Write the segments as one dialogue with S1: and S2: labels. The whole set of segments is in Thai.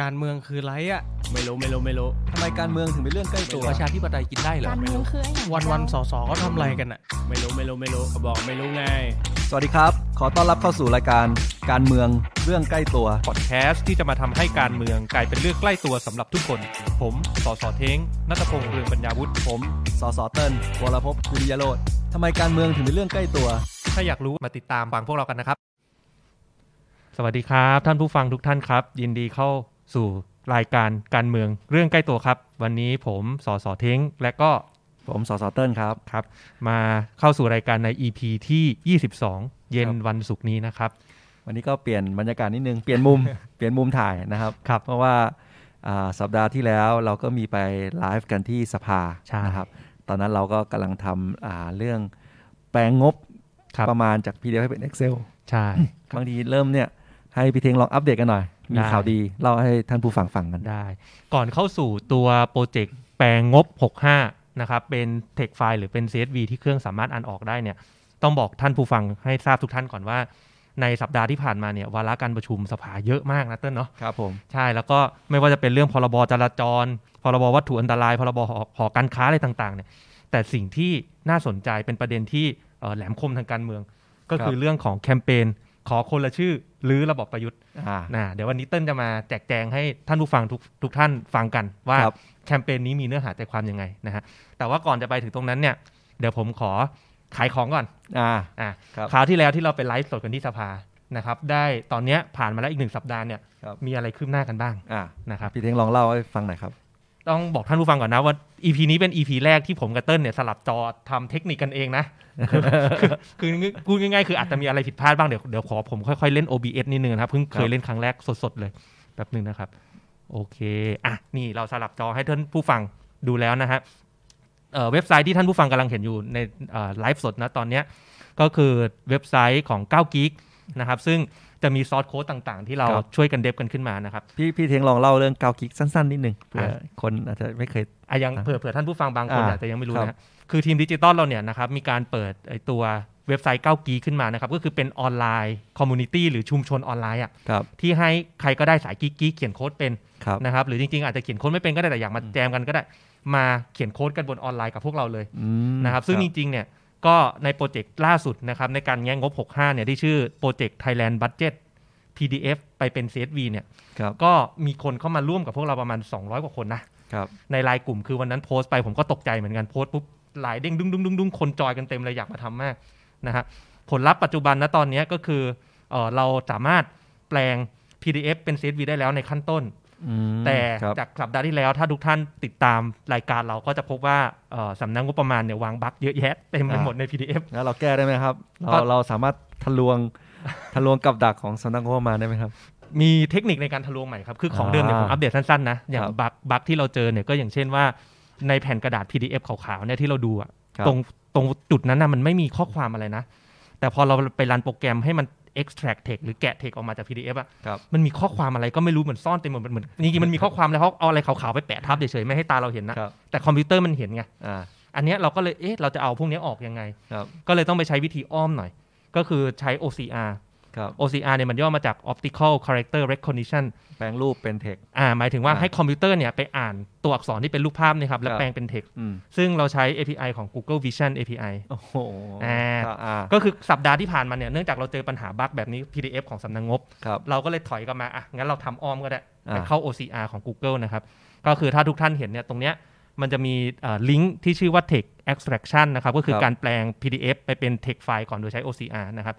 S1: การเมืองคือไรอ่ะ
S2: ไม่รู้ไม่รู้ไม่รู้
S3: ทำไมการเมืองถึงเป็นเรื่องใกล้ตัว
S1: ประชาธิปไตยกินได้เหรอ
S4: การเมืองคืออะไร
S1: วันวันๆสอสอก็ทำอะไรกันอ่ะ
S2: ไม่รู้ไม่รู้ไม่รู้บอกไม่รู้ไง
S3: สวัสดีครับ ขอต้อนรับเข้าสู่รายการการเมืองเรื่องใกล้ตัว
S5: พอดแคสต์ที่จะมาทำให้การเมืองกลายเป็นเรื่องใกล้ตัวสำหรับทุกคน ผมสอสอเท้งนัตพงษ์เรืองปัญญาวุฒิ
S3: ผมสสเติ้ลวรภพคุริยโรธทำไมการเมืองถึงเป็นเรื่องใกล้ตัว
S5: ถ้าอยากรู้มาติดตามฟังพวกเรากันนะครับ สวัสดีครับ ท่านผู้ฟังทุกท่านครับ ยินดีเข้าสู่รายการการเมืองเรื่องใกล้ตัวครับ วันนี้ผมสอสอเท้งและก็
S3: ผมสสเติ้ลครับ
S5: ครับ มาเข้าสู่รายการใน EP ีที่ 22 เย็นวันศุกร์นี้นะครับ
S3: วันนี้ก็เปลี่ยนบรรยากาศนิดนึง เปลี่ยนมุ ม เปลี่ยนมุมถ่ายนะครับ
S5: ครับ
S3: เพราะว่าอ่าสัปดาห์ที่แล้วเราก็มีไปไลฟ์กันที่สภา
S5: ใช่
S3: นะครับ ตอนนั้นเราก็กำลังทำอ่าเรื่องแปลงงบ
S5: ครับ
S3: ประมาณจาก PDF ให้เป็น Excel
S5: ใช่
S3: บางทีเริ่มเนี่ยให้พี่เทงลองอัปเดตกันหน่อย มี
S5: ได้
S3: ข่าวดีเล่าให้ท่านผู้ฟังฟังกัน
S5: ได้ ก่อนเข้าสู่ตัวโปรเจกต์แปลงงบ 65 นะครับ เป็น Text File หรือเป็น CSV ที่เครื่องสามารถอ่านออกได้เนี่ย ต้องบอกท่านผู้ฟังให้ทราบทุกท่านก่อนว่า ในสัปดาห์ที่ผ่านมาเนี่ยวาระการประชุมสภาเยอะมากนะเต้นเนาะ
S3: ครับผม
S5: ใช่ แล้วก็ไม่ว่าจะเป็นเรื่องพรบจราจร พรบวัตถุอันตราย พรบหอหอการค้าอะไรต่างๆเนี่ย แต่สิ่งที่น่าสนใจเป็นประเด็นที่เอ่อแหลมคมทางการเมือง ก็
S3: ครับ
S5: คือเรื่องของแคมเปญขอคนละชื่อหรือระบอบประยุทธ์
S3: อ่า
S5: นะเดี๋ยววันนี้เติ้ลจะมาแจกแจงให้ท่านผู้ฟังทุกทุกท่านฟังกันว่า
S3: ครับ
S5: แคมเปญนี้มีเนื้อหาใจความยังไงนะฮะแต่ว่าก่อนจะไปถึงตรงนั้นเนี่ยเดี๋ยวผมขอขายของก่อน
S3: อ่า
S5: อ่ะ
S3: ครับ
S5: คราวที่แล้วที่เราไปไลฟ์สดกันที่สภานะครับได้ตอนเนี้ยผ่านมาแล้วอีกหนึ่งสัปดาห์เนี่ย
S3: ครับ
S5: มีอะไรคืบหน้ากันบ้าง
S3: อ่า
S5: นะครับ
S3: พี่เทงลองเล่าให้ฟังหน่อยครับ
S5: ต้องบอกท่านผู้ฟังก่อนนะว่า EP นี้เป็น EP แรกที่ผมกับเติ้ลเนี่ยสลับจอทำเทคนิคกันเองนะ คือคือพูดง่ายๆคืออาจจะมีอะไรผิดพลาดบ้างเดี๋ยวเดี๋ยวขอผมค่อยๆเล่น OBS นิดนึงนะครับเพิ่งเค
S3: ครั
S5: ย
S3: บ
S5: เล่นครั้งแรกสดๆเลย แป๊บหนึ่งนะครับ โอเค อ่ะ นี่เราสลับจอให้ท่านผู้ฟังดูแล้วนะฮะเอ่อเว็บไซต์ที่ท่านผู้ฟังกำลังเห็นอยู่ในเอ่อไลฟ์สดนะตอนเนี้ยก็คือเว็บไซต์ของ9 g e e k นะครับ ซึ่งจะมีซอสโค้ดต่างๆ ที่เรา
S3: ครับ
S5: ช่วยกันเดฟกันขึ้นมานะครับ
S3: พี่พี่เทงลองเล่าเรื่องเกาคิกสั้นๆนิดนึงเผื่อคนอาจจะไม่เคย
S5: อ่ะยัง
S3: ครับ
S5: เผื่อเผื่อท่านผู้ฟังบางคน
S3: อ่า
S5: อาจจะยังไม่รู้
S3: ครับ
S5: นะฮะคือทีมดิจิตอลเราเนี่ยนะครับมีการเปิดไอตัวเว็บไซต์9กีขึ้นมานะครับ ก็คือเป็นออนไลน์คอมมูนิตี้หรือชุมชนออนไลน์อ่ะ
S3: ครับ
S5: ที่ให้ใครก็ได้สายกีกๆเขียนโค้ดเป็น
S3: ครับ
S5: นะครับ หรือจริงๆ อาจจะเขียนโค้ดไม่เป็นก็ได้แต่อยากมาแจมกันก็ได้ มาเขียนโค้ดกันบนออนไลน์กับพวกเราเลย
S3: อืม
S5: นะครับ ซึ่งจริงๆเนี่ยก็ในโปรเจกต์ล่าสุดนะครับในการแง่งบ 65 เนี่ยที่ชื่อโปรเจกต์ Thailand Budget PDF ไปเป็น CSV เนี่ย
S3: ครับ
S5: ก็มีคนเข้ามาร่วมกับพวกเราประมาณ 200 กว่าคนนะ
S3: ครับ
S5: ในไลน์กลุ่มคือวันนั้นโพสต์ไปผมก็ตกใจเหมือนกันโพสต์ปุ๊บหลายเด้งดุ้งดุ้งดุ้งดุ้งคนจอยกันเต็มเลยอยากมาทำมากนะฮะผลลัพธ์ปัจจุบันนะตอนเนี้ยก็คือเออเราสามารถแปลง PDF เป็น CSV ได้แล้วในขั้นต้น
S3: อืม
S5: แต่
S3: ครับ
S5: จากสัปดาห์ที่แล้วถ้าทุกท่านติดตามรายการเราก็จะพบว่าเอ่อสำนักงบประมาณเนี่ยวางบั๊กเยอะแยะเต็มไปหมดใน PDF
S3: แล้วเราแก้ได้ไหมครับ
S5: ก็
S3: เราเราสามารถทะลวงทะลวงกับดักของสำนักงบประมาณได้ไหมครับ
S5: มีเทคนิคในการทะลวงใหม่ครับ คือของเดิมเนี่ย
S3: อ่า
S5: ผมอัปเดตสั้นๆนะ อย่าง
S3: ครับ
S5: บักบักที่เราเจอเนี่ยก็อย่างเช่นว่า ในแผ่นกระดาษ PDF ขาวๆเนี่ยที่เราดูอะ
S3: ครับ
S5: ตรงตรงจุดนั้นนะมันไม่มีข้อความอะไรนะ แต่พอเราไปรันโปรแกรมให้มัน extract text หรือแกะ text ออกมาจาก PDF อะ
S3: ครับ
S5: มันมีข้อความอะไรก็ไม่รู้เหมือนซ่อนเต็มหมดเหมือนจริงๆมันมีข้อความแล้วเขาเอาอะไรขาวๆไปแปะทับเฉยๆไม่ให้ตาเราเห็นนะครับ แต่คอมพิวเตอร์มันเห็นไง
S3: อ่า
S5: อันเนี้ยเราก็เลยเอ๊ะเราจะเอาพวกเนี้ยออกยังไง
S3: ครับ
S5: ก็เลยต้องไปใช้วิธีอ้อมหน่อย ก็คือใช้ OCR
S3: ครับ
S5: OCR เนี่ยมันย่อมาจาก Optical Character Recognition
S3: แปลงรูปเป็นเทค
S5: อ่าหมายถึงว่า
S3: อ่า
S5: ให้คอมพิวเตอร์เนี่ยไปอ่านตัวอักษรที่เป็นรูปภาพเนะครับแล้ว
S3: ครับ
S5: แปลงเป็น text
S3: อืม
S5: ซึ่งเราใช้ API ของ Google Vision API
S3: โอ้โห
S5: อ่า
S3: ครับอ่า
S5: ก็คือสัปดาห์ที่ผ่านมาเนี่ยเนื่องจากเราเจอปัญหาบั๊กแบบนี้ PDF ของสำนักงบ
S3: ครับ
S5: เราก็เลยถอยกลับมา อ่ะ งั้นเราทำอ้อมก็ได้
S3: อ่า
S5: ไปเข้า OCR ของ Google นะครับ ก็คือถ้าทุกท่านเห็นเนี่ยตรงเนี้ยมันจะมีลิงก์ที่ชื่อว่า text extraction นะครับ ก็คือการแปลง PDF ไปเป็น text file ก่อนโดยใช้ OCR นะครับ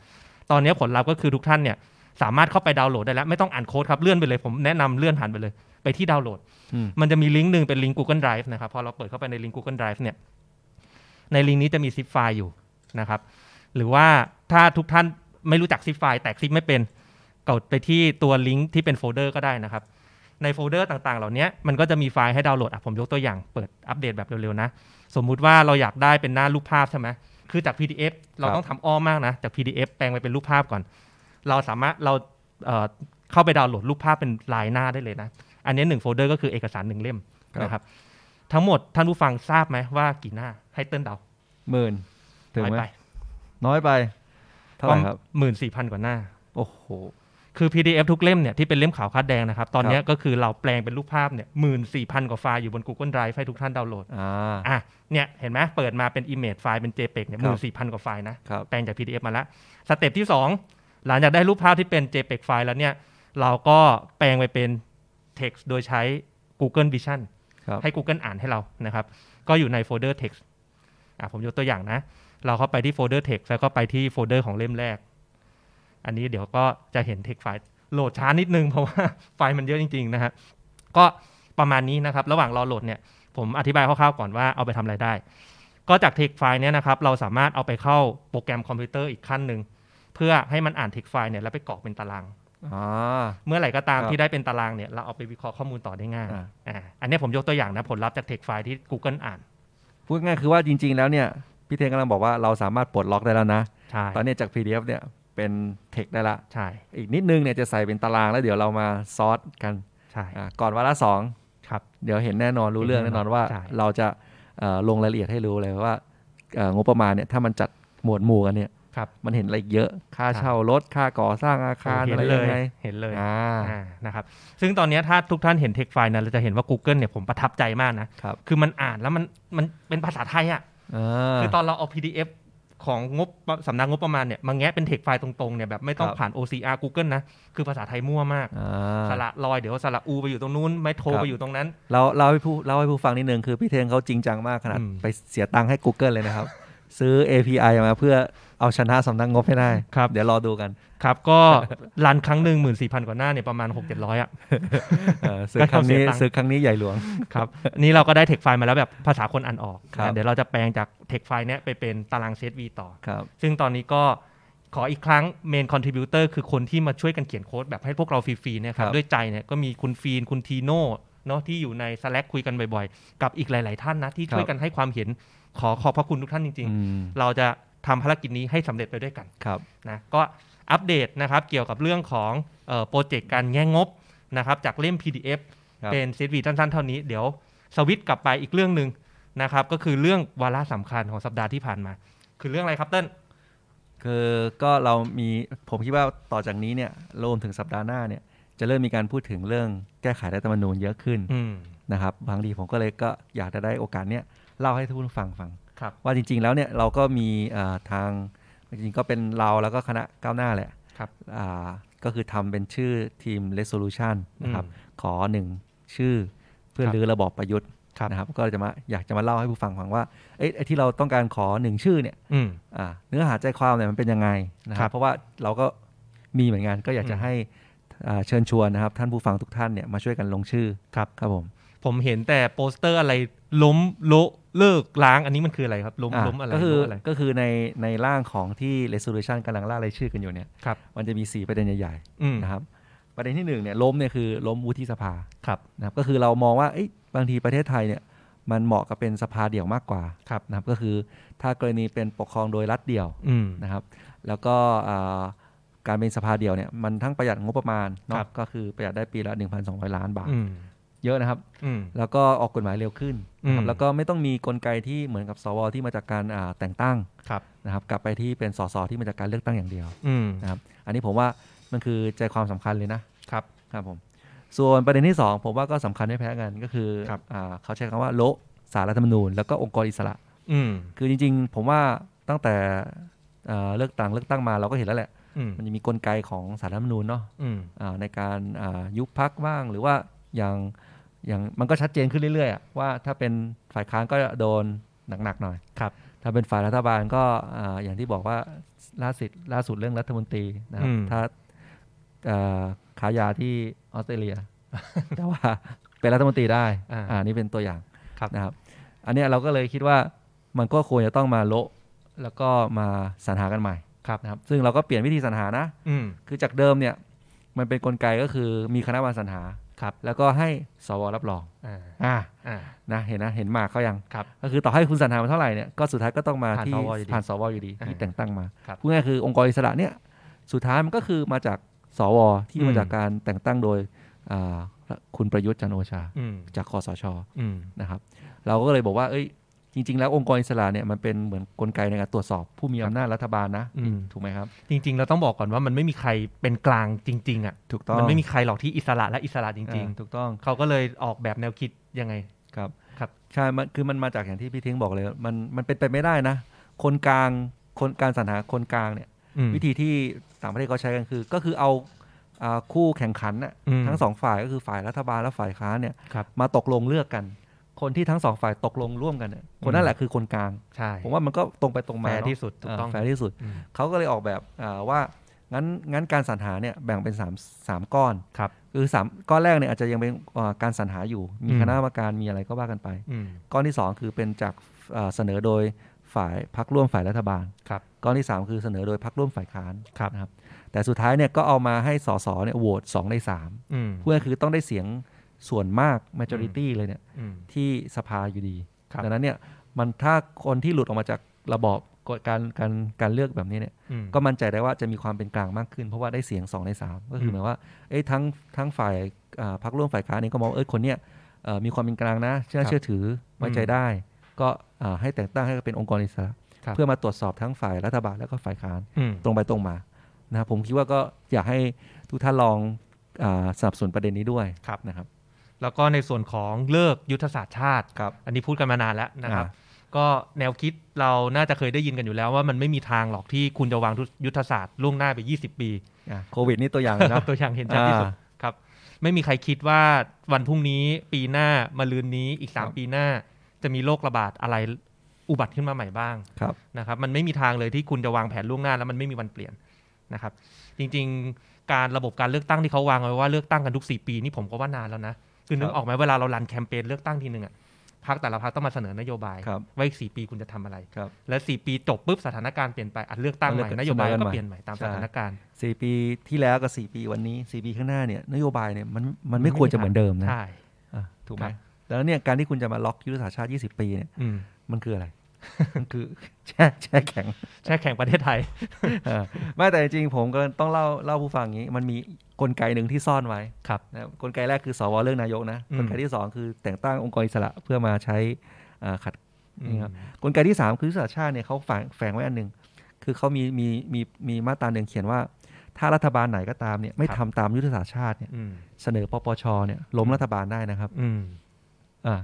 S5: ตอนเนี้ยผลลัพธ์ก็คือทุกท่านเนี่ยสามารถเข้าไปดาวน์โหลดได้แล้ว ไม่ต้องอ่านโค้ดครับ เลื่อนไปเลยผมแนะนำเลื่อนผ่านไปเลย ไปที่ดาวน์โหลด
S3: อืม
S5: มันจะมีลิงก์หนึ่งเป็นลิงก์ Google Drive นะครับ พอเราเปิดเข้าไปในลิงก์ Google Drive เนี่ย ในลิงก์นี้จะมีซิปไฟล์อยู่นะครับ หรือว่าถ้าทุกท่านไม่รู้จักซิปไฟล์แตกซิปไม่เป็นกดไปที่ตัวลิงก์ที่เป็นโฟลเดอร์ก็ได้นะครับ ในโฟลเดอร์ต่างๆ เหล่านี้มันก็จะมีไฟล์ให้ดาวน์โหลดอ่ะผมยกตัวอย่างเปิดอัปเดตแบบเร็วๆนะ สมมุติว่าเราอยากได้เป็นหน้ารูปภาพใช่ไหมคือจาก PDF เรา
S3: ครับ
S5: ต้องทำอ้อมมากนะจาก PDF แปลงไปเป็นรูปภาพก่อน เราสามารถเราเอ่อเข้าไปดาวน์โหลดรูปภาพเป็นลายหน้าได้เลยนะ อันนี้หนึ่งโฟลเดอร์ก็คือเอกสารหนึ่งเล่ม
S3: ครับ
S5: นะครับ ทั้งหมดท่านผู้ฟังทราบไหมว่ากี่หน้าให้เติ้ลเดา
S3: หมื่นถึง
S5: น้อย
S3: ไหม
S5: ไป
S3: น้อยไป เท่าไหร่ครับ
S5: หมื่นสี่พันกว่าหน้า
S3: โอ้โห
S5: คือ PDF ทุกเล่มเนี่ยที่เป็นเล่มขาวคาดแดงนะครับ ตอนเนี้ยก็คือเราแปลงเป็นรูปภาพเนี่ยหมื่นสี่พันกว่าไฟล์อยู่บน Google Drive ให้ทุกท่านดาวน์โหลด
S3: อ่า
S5: อ่ะ เนี่ย เห็นไหมเปิดมาเป็น Image ไฟล์เป็น JPEG เนี่ย
S3: ค
S5: ห
S3: รั
S5: มื่
S3: บ
S5: นสี่พันกว่าไฟล์นะ
S3: ครับ
S5: แปลงจาก PDF มาแล้ว สเต็ปที่ 2 หลังจากได้รูปภาพที่เป็น JPEG ไฟล์แล้วเนี่ย เราก็แปลงไปเป็น text โดยใช้ Google Vision
S3: ครับ
S5: ให้ Google อ่านให้เรานะครับ ก็อยู่ในโฟลเดอร์ text อ่ะผมยกตัวอย่างนะ เราเข้าไปที่โฟลเดอร์ text แล้วก็ไปที่โฟลเดอร์ของเล่มแรก อันนี้เดี๋ยวก็จะเห็น text ไฟล์โหลดช้านิดนึงเพราะว่า ไฟล์มันเยอะจริง ๆ นะครับ ก็ประมาณนี้นะครับ ระหว่างรอโหลดเนี่ย ผมอธิบายคร่าวๆก่อนว่าเอาไปทำอะไรได้ ก็จาก text ไฟล์เนี่ยนะครับ เราสามารถเอาไปเข้าโปรแกรมคอมพิวเตอร์อีกขั้นหนึ่งเพื่อให้มันอ่าน text ไฟล์เนี่ยแล้วไปกรอกเป็นตาราง
S3: อ่า
S5: เมื่อไหร่ก็ตาม
S3: ครับ
S5: ที่ได้เป็นตารางเนี่ยเราเอาไปวิเคราะห์ข้อมูลต่อได้ง่าย
S3: อ่า
S5: อ่าอันเนี้ยผมยกตัวอย่างนะผลลัพธ์จาก text ไฟล์ที่ Google อ่าน
S3: พูดง่ายๆคือว่าจริง ๆ แล้วเนี่ย พี่เทงกำลังบอกว่าเราสามารถปลดล็อกได้แล้วนะ
S5: ใช่
S3: ตอนนี้จาก PDF เนี่ยเป็นเทคได้ละ
S5: ใช่
S3: อีกนิดนึงเนี่ยจะใส่เป็นตารางแล้วเดี๋ยวเรามาซอร์สกัน
S5: ใช่
S3: อ่าก่อนวันละสอง
S5: ครับ
S3: เดี๋ยวเห็นแน่นอนรู้เรื่องแน่นอนว่า
S5: ใช่
S3: เราจะเอ่อลงรายละเอียดให้รู้เลยว่าเอ่องบประมาณเนี่ยถ้ามันจัดหมวดหมู่กันเนี่ย
S5: ครับ
S3: มันเห็นอะไรอีกเยอะ ค่า
S5: ครับ
S3: เช่ารถ ค่าก่อสร้างอาคาร
S5: เห็
S3: อะ
S5: น
S3: ไร
S5: เล
S3: ยัง
S5: ย
S3: ไง
S5: เห็นเลย
S3: อ่า
S5: อ่านะครับซึ่งตอนเนี้ยถ้าทุกท่านเห็น text ไฟล์นะเราจะเห็นว่า Google เนี่ยผมประทับใจมากนะครับ คือมันอ่านแล้วมันมันเป็นภาษาไทยอ่ะ
S3: อ่า
S5: คือตอนเราเอา PDF ของงบสำนักงบประมาณเนี่ยมาแงะเป็นเทคไฟล์ตรงๆเนี่ยแบบไม่ต้อง
S3: ครับ
S5: ผ่าน OCR Google นะ คือภาษาไทยมั่วมาก
S3: อ่า
S5: สระลอยเดี๋ยวสระอูไปอยู่ตรงนู้น ไม่โทร
S3: ครับ
S5: ไปอยู่ตรงนั้น
S3: เราเราให้ผู้เราให้ผู้ฟังนิดนึงคือพี่เทงเขาจริงจังมากขนาด
S5: อืม
S3: ไปเสียตังค์ให้ Google เลยนะครับ ซื้อ API มาเพื่อเอาชนะสำนักงบให้ได้
S5: ครับ
S3: เดี๋ยวรอดูกัน
S5: ครับ ก็รันครั้งหนึ่งหมื่นสี่พันกว่าหน้าเนี่ยประมาณหกเจ็ดร้อยอ่ะ
S3: เออซื้อ
S5: ก็
S3: ครั้ง
S5: เขาเสีย
S3: นี้
S5: ตังค์
S3: ซื้อครั้งนี้ใหญ่หลวง
S5: ครับ นี่เราก็ได้เทคไฟล์มาแล้วแบบภาษาคนอ่านออก
S3: ครับ
S5: นะเดี๋ยวเราจะแปลงจากเทคไฟล์เนี้ยไปเป็นตารางเซตวีต่อ
S3: ครับ
S5: ซึ่งตอนนี้ก็ขออีกครั้งเมนคอนทริบิวเตอร์คือคนที่มาช่วยกันเขียนโค้ดแบบให้พวกเราฟรีๆเนยค
S3: ค
S5: รั
S3: รับ บ
S5: ด้วยใจเนี่ยก็มีคุณฟีนคุณทีโน่เนาะที่อยู่ใน Slack คุยกันบ่อยๆ กับอีกหลาย ๆ ท่านนะที่ช่วยกันให้ความเห็นขอขอบพระคุณทุกท่านจริง
S3: อืม
S5: ๆ เราจะทำภารกิจนี้ให้สำเร็จไปด้วยกัน
S3: ครับ
S5: นะก็อัปเดตนะครับเกี่ยวกับเรื่องของเอ่อโปรเจกต์การแง่งบนะครับจากเล่ม PDF
S3: ครับ
S5: เป็นเซตวีสั้นๆ เท่านี้เดี๋ยวสวิตช์กลับไปอีกเรื่องหนึ่งนะครับก็คือเรื่องวาระสำคัญของสัปดาห์ที่ผ่านมา คือเรื่องอะไรครับเต้น
S3: คือก็เรามีผมคิดว่าต่อจากนี้เนี่ยรวมถึงสัปดาห์หน้าเนี่ยจะเริ่มมีการพูดถึงเรื่องแก้ไขรัฐธรรมนูญเยอะขึ้น
S5: อืม
S3: นะครับบางทีผมก็เลยก็อยากจะได้โอกาสเนี่ยเล่าให้ทุกคนฟังฟัง
S5: ครับ
S3: ว่าจริงๆแล้วเนี่ยเราก็มีเอ่อทางจริงๆก็เป็นเราแล้วก็คณะก้าวหน้าแหละ
S5: ครับ
S3: อ่าก็คือทำเป็นชื่อทีม resolution นะครับ
S5: อืม
S3: ขอหนึ่งชื่อเพื่อ
S5: ครับ
S3: รื้อระบอบประยุทธ์
S5: ครับ
S3: นะครับก็จะมาอยากจะมาเล่าให้ผู้ฟังฟังว่าเอ้ยไอ้ที่เราต้องการขอหนึ่งชื่อเนี่ย
S5: อืม
S3: อ่าเนื้อหาใจความเนี่ยมันเป็นยังไงนะค
S5: ครั
S3: รับบเพราะว่าเราก็มีเหมือนกันก็อยากจะ
S5: อืม
S3: ให้อ่าเชิญชวนนะครับท่านผู้ฟังทุกท่านเนี่ยมาช่วยกันลงชื่อ
S5: ครับ
S3: ครับผม
S5: ผมเห็นแต่โปสเตอร์อะไรล้มโละเลิกล้างอันนี้มันคืออะไรครับ ล้ม
S3: อ่ะ
S5: ล้มอะไร
S3: ก็คือ
S5: โละอะไร
S3: ก็คือในในร่างของที่ resolution กำลังล่ารายชื่อกันอยู่เนี่ย
S5: ครับ
S3: มันจะมี 4 ประเด็นใหญ่
S5: อืม
S3: ๆนะครับประเด็นที่1เนี่ยล้มเนี่ยคือล้มวุฒิสภา
S5: ครับ
S3: นะครับก็คือเรามองว่าเอ้ยบางทีประเทศไทยเนี่ยมันเหมาะกับเป็นสภาเดี่ยวมากกว่า
S5: ครับ
S3: นะครับก็คือถ้ากรณีเป็นปกครองโดยรัฐเดี่ยว
S5: อืม
S3: นะครับแล้วก็อ่าการเป็นสภาเดี่ยวเนี่ยมันทั้งประหยัดงบประมาณเนาะ
S5: ครับ
S3: ก็คือประหยัดได้ปีละ 1,200 ล้านบาท
S5: อืม
S3: เยอะนะครับ
S5: อืม
S3: แล้วก็ออกกฎหมายเร็วขึ้นนะครับ
S5: อืม
S3: แล้วก็ไม่ต้องมีกลไกที่เหมือนกับสวที่มาจากการอ่าแต่งตั้ง
S5: ครับ
S3: นะครับกลับไปที่เป็นสสที่มาจากการเลือกตั้งอย่างเดียว
S5: อืม
S3: นะครับอันนี้ผมว่ามันคือใจความสำคัญเลยนะครับ ครับผมส่วนประเด็นที่ 2 ผมว่าก็สำคัญไม่แพ้กันก็คือ
S5: ครับ
S3: อ่าเขาใช้คำว่าโละสารรัฐธรรมนูญแล้วก็องค์กรอิสระ
S5: ืม
S3: คือจริงๆ ผมว่าตั้งแต่เอ่อเลือกตั้งเลือกตั้งมาเราก็เห็นแล้วแหละ
S5: อืม
S3: มันจะมีกลไกของสารรัฐธรรมนูญเนาะ
S5: อืม
S3: อ่าในการอ่ายุบพักบ้างหรือว่าอย่างอย่างมันก็ชัดเจนขึ้นเรื่อยๆอะว่าถ้าเป็นฝ่ายค้านก็โดนหนักๆหน่อย
S5: ครับ
S3: ถ้าเป็นฝ่ายรัฐบาลก็อ่าอย่างที่บอกว่าล่าสุดล่าสุดเรื่องรัฐมนตรีนะครับ
S5: อืม
S3: ถ้าเอ่อขายยาที่ออสเตร เลีย แต่ว่าเป็นรัฐมนตรีได้
S5: อ่า
S3: อ่านี่เป็นตัวอย่าง
S5: ครับ
S3: นะครับ อันเนี้ยเราก็เลยคิดว่ามันก็ควรจะต้องมาโละแล้วก็มาสรรหากันใหม่
S5: ครับ
S3: นะครับ ซึ่งเราก็เปลี่ยนวิธีสรรหานะ
S5: อืม
S3: คือจากเดิมเนี่ยมันเป็นนกลไกก็คือมีคณะกรรมการสรรหา
S5: ครับ
S3: แล้วก็ให้สวรับรอง
S5: อ่า
S3: อ่า
S5: อ่า
S3: นะเห็นนะเห็นหมากเขายัง
S5: ครับ
S3: ก็คือต่อให้คุณสัญหามาเท่าไหร่เนี่ยก็สุดท้ายก็ต้องมา
S5: ผ่าน
S3: ที่
S5: สวอยู่ดี
S3: ผ่านสวอยู่ดีที่
S5: อ่า
S3: แต่งตั้งมา
S5: ครับ
S3: พูดง่ายๆคือองค์กรอิสระเนี่ยสุดท้ายมันก็คือมาจากสวที่
S5: อืม
S3: มาจากการแต่งตั้งโดยอ่าคุณประยุทธ์จันทร์โอชา
S5: อืม
S3: จากคอสช
S5: อืม
S3: นะครับ เราก็เลยบอกว่าเอ้ย จริง ๆ แล้วองค์กรอิสระเนี่ยมันเป็นเหมือนกลไกในการตรวจสอบผู้มีอำนาจรัฐบาลนะ
S5: อืม
S3: ถูกไหมครับ
S5: จริงๆ เราต้องบอกก่อนว่ามันไม่มีใครเป็นกลางจริง ๆ อ่ะ
S3: ถูกต้อง
S5: มันไม่มีใครหรอกที่อิสระและอิสระจริง
S3: อ่าถูกต้อง
S5: ๆ เขาก็เลยออกแบบแนวคิดยังไง
S3: ครับ
S5: ครับ
S3: ใช่มันคือมันมาจากอย่างที่พี่ทิ้งบอกเลยมันมันเป็นไปไม่ได้นะ คนกลางคนการสรรหาคนกลางเนี่ย
S5: อืม
S3: วิธีที่ต่างประเทศเขาใช้กันคือ ก็คือเอาอ่าคู่แข่งขันน่ะ
S5: อืม
S3: ทั้งสองฝ่ายก็คือฝ่ายรัฐบาลและฝ่ายค้านเนี่ย
S5: ครับ
S3: มาตกลงเลือกกัน คนที่ทั้งสองฝ่ายตกลงร่วมกันเนี่ยคนนั่น
S5: อืม
S3: แหละคือคนกลาง
S5: ใช่
S3: ผมว่ามันก็ตรงไปตรง
S5: แฟ
S3: มา
S5: ร์
S3: เนอะ
S5: ที่สุดถูกต้อง
S3: าแฟร์ที่สุด
S5: อืม
S3: เขาก็เลยออกแบบอ่าว่างั้นงั้นการสรรหาเนี่ยแบ่งเป็น3 3ก้อน
S5: ครับ
S3: คือสามก้อนแรกเนี่ยอาจจะยังเป็นอ่าการสรรหาอยู่ มี
S5: อืม
S3: คณะกรรมการมีอะไรก็ว่ากันไป
S5: อืม
S3: ก้อนที่ 2 คือเป็นจากอ่าเสนอโดยฝ่ายพักร่วมฝ่ายรัฐบาล
S5: ครับ
S3: ก้อนที่ 3 คือเสนอโดยพักร่วมฝ่ายค้าน
S5: ครับ
S3: นะครับแต่สุดท้ายเนี่ยก็เอามาให้สสเนี่ยโหวต2ใน
S5: อืม
S3: 3เพื่อคือต้องได้เสียงส่วนมาก majority เลยเนี่ย
S5: อืม
S3: ที่สภาอยู่ดี
S5: ครับ
S3: ดังนั้นเนี่ยมันถ้าคนที่หลุดออกมาจากระบอบกฎการการการเลือกแบบนี้เนี่ย
S5: อืม
S3: ก็มั่นใจได้ว่าจะมีความเป็นกลางมากขึ้น เพราะว่าได้เสียง 2 ใน 3 ก็คือ
S5: ม
S3: หมายว่าเอ้ยทั้งทั้งฝ่ายอ่าพรรคร่วมฝ่ายค้านเองก็มองว่าเอ้ยคนเนี้ยเอ่อมีความเป็นกลางนะเชื่อ
S5: ครับ
S3: เชื่อถือไว้ใจ
S5: อืม
S3: ได้ ก็อ่าให้แต่งตั้งให้เป็นองค์กรอิสระ
S5: ครับ
S3: เพื่อมาตรวจสอบทั้งฝ่ายรัฐบาลแล้วก็ฝ่ายค้าน
S5: อืม
S3: ตรงไปตรงมานะครับผมคิดว่าก็อยากให้ทุกท่านลองอาสนับสนุนประเด็นนี้ด้วย
S5: ครับ
S3: นะครับ
S5: แล้วก็ในส่วนของเลิกยุทธศาสตร์ชาติ
S3: ครับ
S5: อันนี้พูดกันมานานแล้วนะครับ
S3: อ่า
S5: ก็แนวคิดเราน่าจะเคยได้ยินกันอยู่แล้วว่ามันไม่มีทางหรอกที่คุณจะวางยุทธศาสตร์ล่วงหน้าไป 20 ปี
S3: อ่ะโควิดนี่ตัวอย่างเลยนะ
S5: ตัวอย่างเห็นชัดที่สุด
S3: อ่
S5: ครับ ไม่มีใครคิดว่าวันพรุ่งนี้ปีหน้ามาลืนนี้อีก
S3: ครับ
S5: 3 ปีหน้า จะมีโรคระบาดอะไรอุบัติขึ้นมาใหม่บ้าง
S3: ครับ
S5: นะครับมันไม่มีทางเลยที่คุณจะวางแผนล่วงหน้าแล้วมันไม่มีวันเปลี่ยนนะครับ จริงๆ การระบบการเลือกตั้งที่เขาวางไว้ว่าเลือกตั้งกันทุก 4 ปีนี่ผมก็ว่านานแล้วนะคือนึกออกไหมเวลาเรารันแคมเปญเลือกตั้งทีหนึ่งอะพักแต่ละพักต้องมาเสนอนโยบาย
S3: ครับ
S5: ว่าอีกสปีคุณจะทำอะไร
S3: ครับ
S5: และ 4 ปีจบปุ๊บสถานการณ์เปลี่ยนไปอันเลือกตั้งใหม่
S3: เลือกตั้ง
S5: นโยบาย
S3: เสนอกันให
S5: ก็
S3: ม่
S5: เปลี่ยนใหม่ตาม
S3: ใช่
S5: สถานการณ์
S3: สี่ปีที่แล้วกับสี่ปีวันนี้สี่ปีข้างหน้าเนี่ยนโยบายเนี่ยมันมันไม่ควรจะเหมือนเดิมนะ
S5: ใช่
S3: อ่ะถูกไหม
S5: ครับ
S3: แล้วเนี่ยการที่คุณจะมาล็อกยุทธศาสตร์ชาติ 20 ปีเนี่ย
S5: อืม
S3: มันคือ อะไร มันคือ แช่แช่แข็ง
S5: แช่แข่งประเทศไทย
S3: เออไม่แต่จริงๆผมก็ต้องเล่าเล่าผู้ฟังอย่างนี้ มันมีกลไกหนึ่งที่ซ่อนไว้
S5: ครับ
S3: นะกลไกแรกคือสวเรื่องนายกนะ
S5: อืม
S3: กลไกที่สองคือแต่งตั้งองค์กรอิสระเพื่อมาใช้อ่าขัด
S5: อื
S3: นี่
S5: ม
S3: ครับ กลไกที่ 3 คือยุทธศาสตร์ชาติเนี่ยเขาแฝงแฝงไว้อันหนึ่งคือเขามีมีมีมีมาตราหนึ่งเขียนว่า ถ้ารัฐบาลไหนก็ตามเนี่ยไม่
S5: ครับ
S3: ทำตามยุทธศาสตร์ชาติเนี่ย
S5: อืม
S3: เสนอปปชเนี่ยล้มรัฐบาลได้นะครับ
S5: อืม
S3: อ่า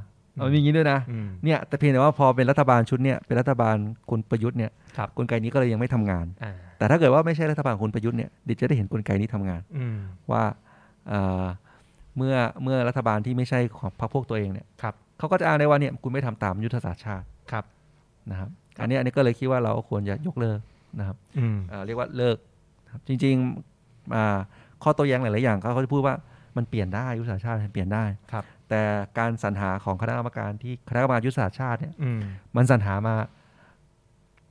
S3: มันมีอย่างนี้ด้วยนะ
S5: อืม
S3: เนี่ยแต่เพียงแต่ว่าพอเป็นรัฐบาลชุดเนี่ยเป็นรัฐบาลคุณประยุทธ์เนี่ย
S5: ครับ
S3: กลไกนี้ก็เลยยังไม่ทำงาน
S5: อ่า
S3: แต่ถ้าเกิดว่าไม่ใช่รัฐบาลคุณประยุทธ์เนี่ยเดี๋ยวจะได้เห็นกลไกนี้ทำงาน
S5: อืม
S3: ว่าเอ่อเมื่อเมื่อรัฐบาลที่ไม่ใช่ของพรรคพวกตัวเองเนี่ย
S5: ครับ
S3: เขาก็จะอ้างได้ว่าเนี่ยคุณไม่ทำตามยุทธศาสตร์ชาติ
S5: ครับ
S3: นะครับ
S5: ครับ
S3: อันนี้อันนี้ก็เลยคิดว่าเราก็ควรจะยกเลิกนะครับ
S5: อืม
S3: เอ่อเรียกว่าเลิกนะครับจริงๆอ่าข้อโต้แย้งหลายๆอย่างเขาก็จะพูดว่ามันเปลี่ยนได้ยุทธศาสตร์ชาติมันเปลี่ยนได้
S5: ครับ
S3: แต่การสรรหาของคณะกรรมการที่คณะกรรมการยุทธศาสตร์ชาติเนี่ย
S5: อืม
S3: มันสรรหามา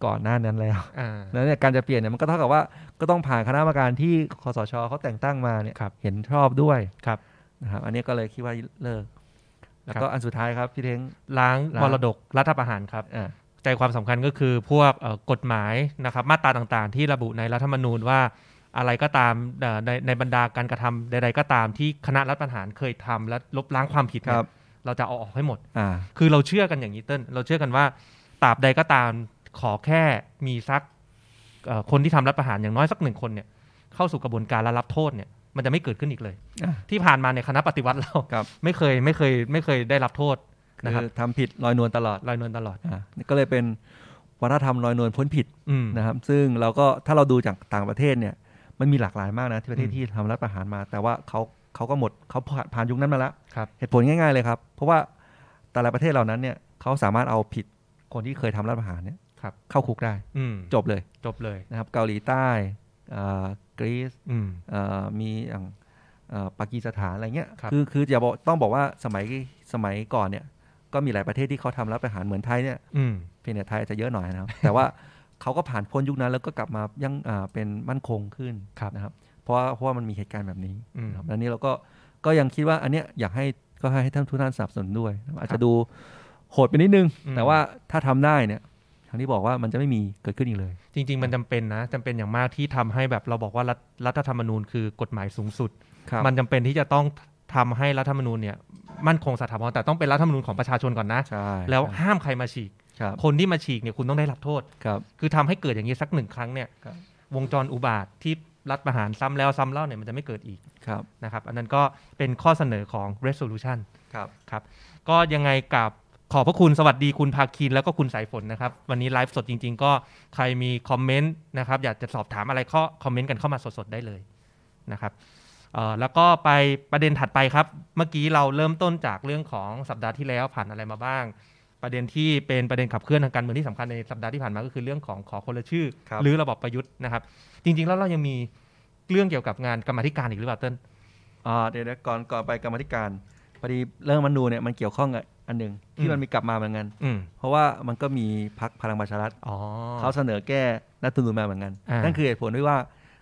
S3: ก่อนหน้านั้นแล้ว
S5: อ่า
S3: แล้วเนี่ยการจะเปลี่ยนเนี่ยมันก็เท่ากับว่าก็ต้องผ่านคณะกรรมการที่คอสชเขาแต่งตั้งมาเนี่ย
S5: ครับ
S3: เห็นชอบด้วย
S5: ครับ
S3: นะครับ อันนี้ก็เลยคิดว่าเลิก แล้วก็
S5: ครับ
S3: อันสุดท้ายครับพี่เท้ง
S5: ล้าง
S3: ล้าง
S5: มรดกรัฐประหารครับ
S3: อ่า
S5: ใจความสำคัญก็คือพวกเอ่อกฎหมายนะครับมาตราต่างๆ ที่ระบุในรัฐธรรมนูญว่าอะไรก็ตามเอ่อในในบรรดาการกระทำใดๆก็ตามที่คณะรัฐประหารเคยทำและลบล้างความผิดเนี่
S3: ครั
S5: ย
S3: บ
S5: เราจะเอาออกให้หมด
S3: อ่า
S5: คือเราเชื่อกันอย่างนี้เต้น เราเชื่อกันว่าตราบใดก็ตามขอแค่มีสักเอ่อคนที่ทำรัฐประหารอย่างน้อยสักหนึ่งคนเนี่ยเข้าสู่กระบวนการและรับโทษเนี่ยมันจะไม่เกิดขึ้นอีกเลย
S3: อ่ะ
S5: ที่ผ่านมาในยคณะปฏิวัติเรา
S3: ครับ
S5: ไม่เคยไม่เคยไม่เคยได้รับโทษ
S3: คื
S5: นะครับ
S3: อทำผิดลอยนวลตลอด
S5: ลอยนวลตลอด
S3: อ่านี่ก็เลยเป็นวัฒนธรรมลอยนวลพ้นผิด
S5: อืม
S3: นะครับ ซึ่งเราก็ถ้าเราดูจากต่างประเทศเนี่ย มันมีหลากหลายมากนะที่ประเทศ
S5: อืม
S3: ที่ทำรัฐประหารมา แต่ว่าเขาเขาก็หมดเขาผ่านผ่านยุคนั้นมาแล้ว
S5: ครับ
S3: เหตุผลง่ายๆเลยครับ เพราะว่าแต่ละประเทศเหล่านั้นเนี่ยเขาสามารถเอาผิดคนที่เคยทำรัฐประหารเนี่ย
S5: ครับ
S3: เข้าคุกได้
S5: อืม
S3: จบเลย
S5: จบเลย
S3: นะครับเกาหลีใต้อ่ากรีซ
S5: อืม
S3: อ่ามีอย่างอ่าปากีสถานอะไรเงี้ย
S5: ครับ
S3: อคืออย่าบอกต้องบอกว่าสมัยสมัยก่อนเนี่ยก็มีหลายประเทศที่เขาทำรัฐประหารเหมือนไทยเนี่ย
S5: อืม
S3: เพียงแต่ไทยอาจจะเยอะหน่อยนะครับ แต่ว่าเขาก็ผ่านพ้นยุคนั้นแล้วก็กลับมายังอ่าเป็นมั่นคงขึ้น
S5: ครับ
S3: นะครับเพราะว่าเพราะว่ามันมีเหตุการณ์แบบนี้
S5: อืม
S3: ครับแล้วนี้เราก็ก็ยังคิดว่าอันเนี้ยอยากให้ก็ให้ท่านทุกท่านสนับสนุนด้วยนะครับอาจจะดูโหดไปนิดนึง
S5: อืม
S3: แต่ว่าถ้าทำได้เนี่ยทางที่บอกว่ามันจะไม่มีเกิดขึ้นอีกเลย
S5: จริง ๆ มันจำเป็นนะจำเป็นอย่างมากที่ทำให้แบบเราบอกว่ารัฐรัฐธรรมนูญคือกฎหมายสูงสุด
S3: ครับ
S5: มันจำเป็นที่จะต้องทำให้รัฐธรรมนูญเนี่ยมั่นคงสถาพรแต่ต้องเป็นรัฐธรรมนูญของประชาชนก่อนนะ
S3: ใช่
S5: แล้ว
S3: ใช่
S5: ห้ามใครมาฉีก
S3: ครับ
S5: คนที่มาฉีกเนี่ยคุณต้องได้รับโทษ
S3: ครับ
S5: คือทำให้เกิดอย่างนี้สักหนึ่งครั้งเนี่ยวงจรอุบาทที่รัฐประหารซ้ำแล้วซ้ำเล่าเนี่ยมันจะไม่เกิดอีก
S3: ครับ
S5: นะครับ อันนั้นก็เป็นข้อเสนอของ resolution
S3: ครับ
S5: ครับ ก็ยังไงกับขอบพระคุณสวัสดีคุณภาคินแล้วก็คุณสายฝนนะครับ วันนี้ไลฟ์สดจริง ๆ ก็ใครมีคอมเมนต์นะครับ อยากจะสอบถามอะไรก็คอมเมนต์กันเข้ามาสดๆได้เลยนะครับเอ่อแล้วก็ไปประเด็นถัดไปครับ เมื่อกี้เราเริ่มต้นจากเรื่องของสัปดาห์ที่แล้วผ่านอะไรมาบ้าง ประเด็นที่เป็นประเด็นขับเคลื่อนทางการเมืองที่สำคัญในสัปดาห์ที่ผ่านมาก็คือเรื่องของขอคนละชื่อ
S3: ครับ
S5: หรือระบอบประยุทธ์นะครับ จริงๆแล้วเรายังมีเรื่องเกี่ยวกับงานกรรมาธิการอีกหรือเปล่าเต้น
S3: อ่าเดี๋ยวนะก่อนก่อนไปกรรมาธิการพอดีเรื่องมนูเนี่ยมันเกี่ยวข้องกับอันหนึ่ง
S5: อื
S3: ที่
S5: ม
S3: มันมีกลับมาเหมือนกัน
S5: อืม
S3: เพราะว่ามันก็มีพักพลังประชารัฐ
S5: อ๋อ
S3: เขาเสนอแก้รัฐธรรมนูญมาเหมือนกัน
S5: อ่านั่
S3: นั่นคือเหตุผลด้วยว่า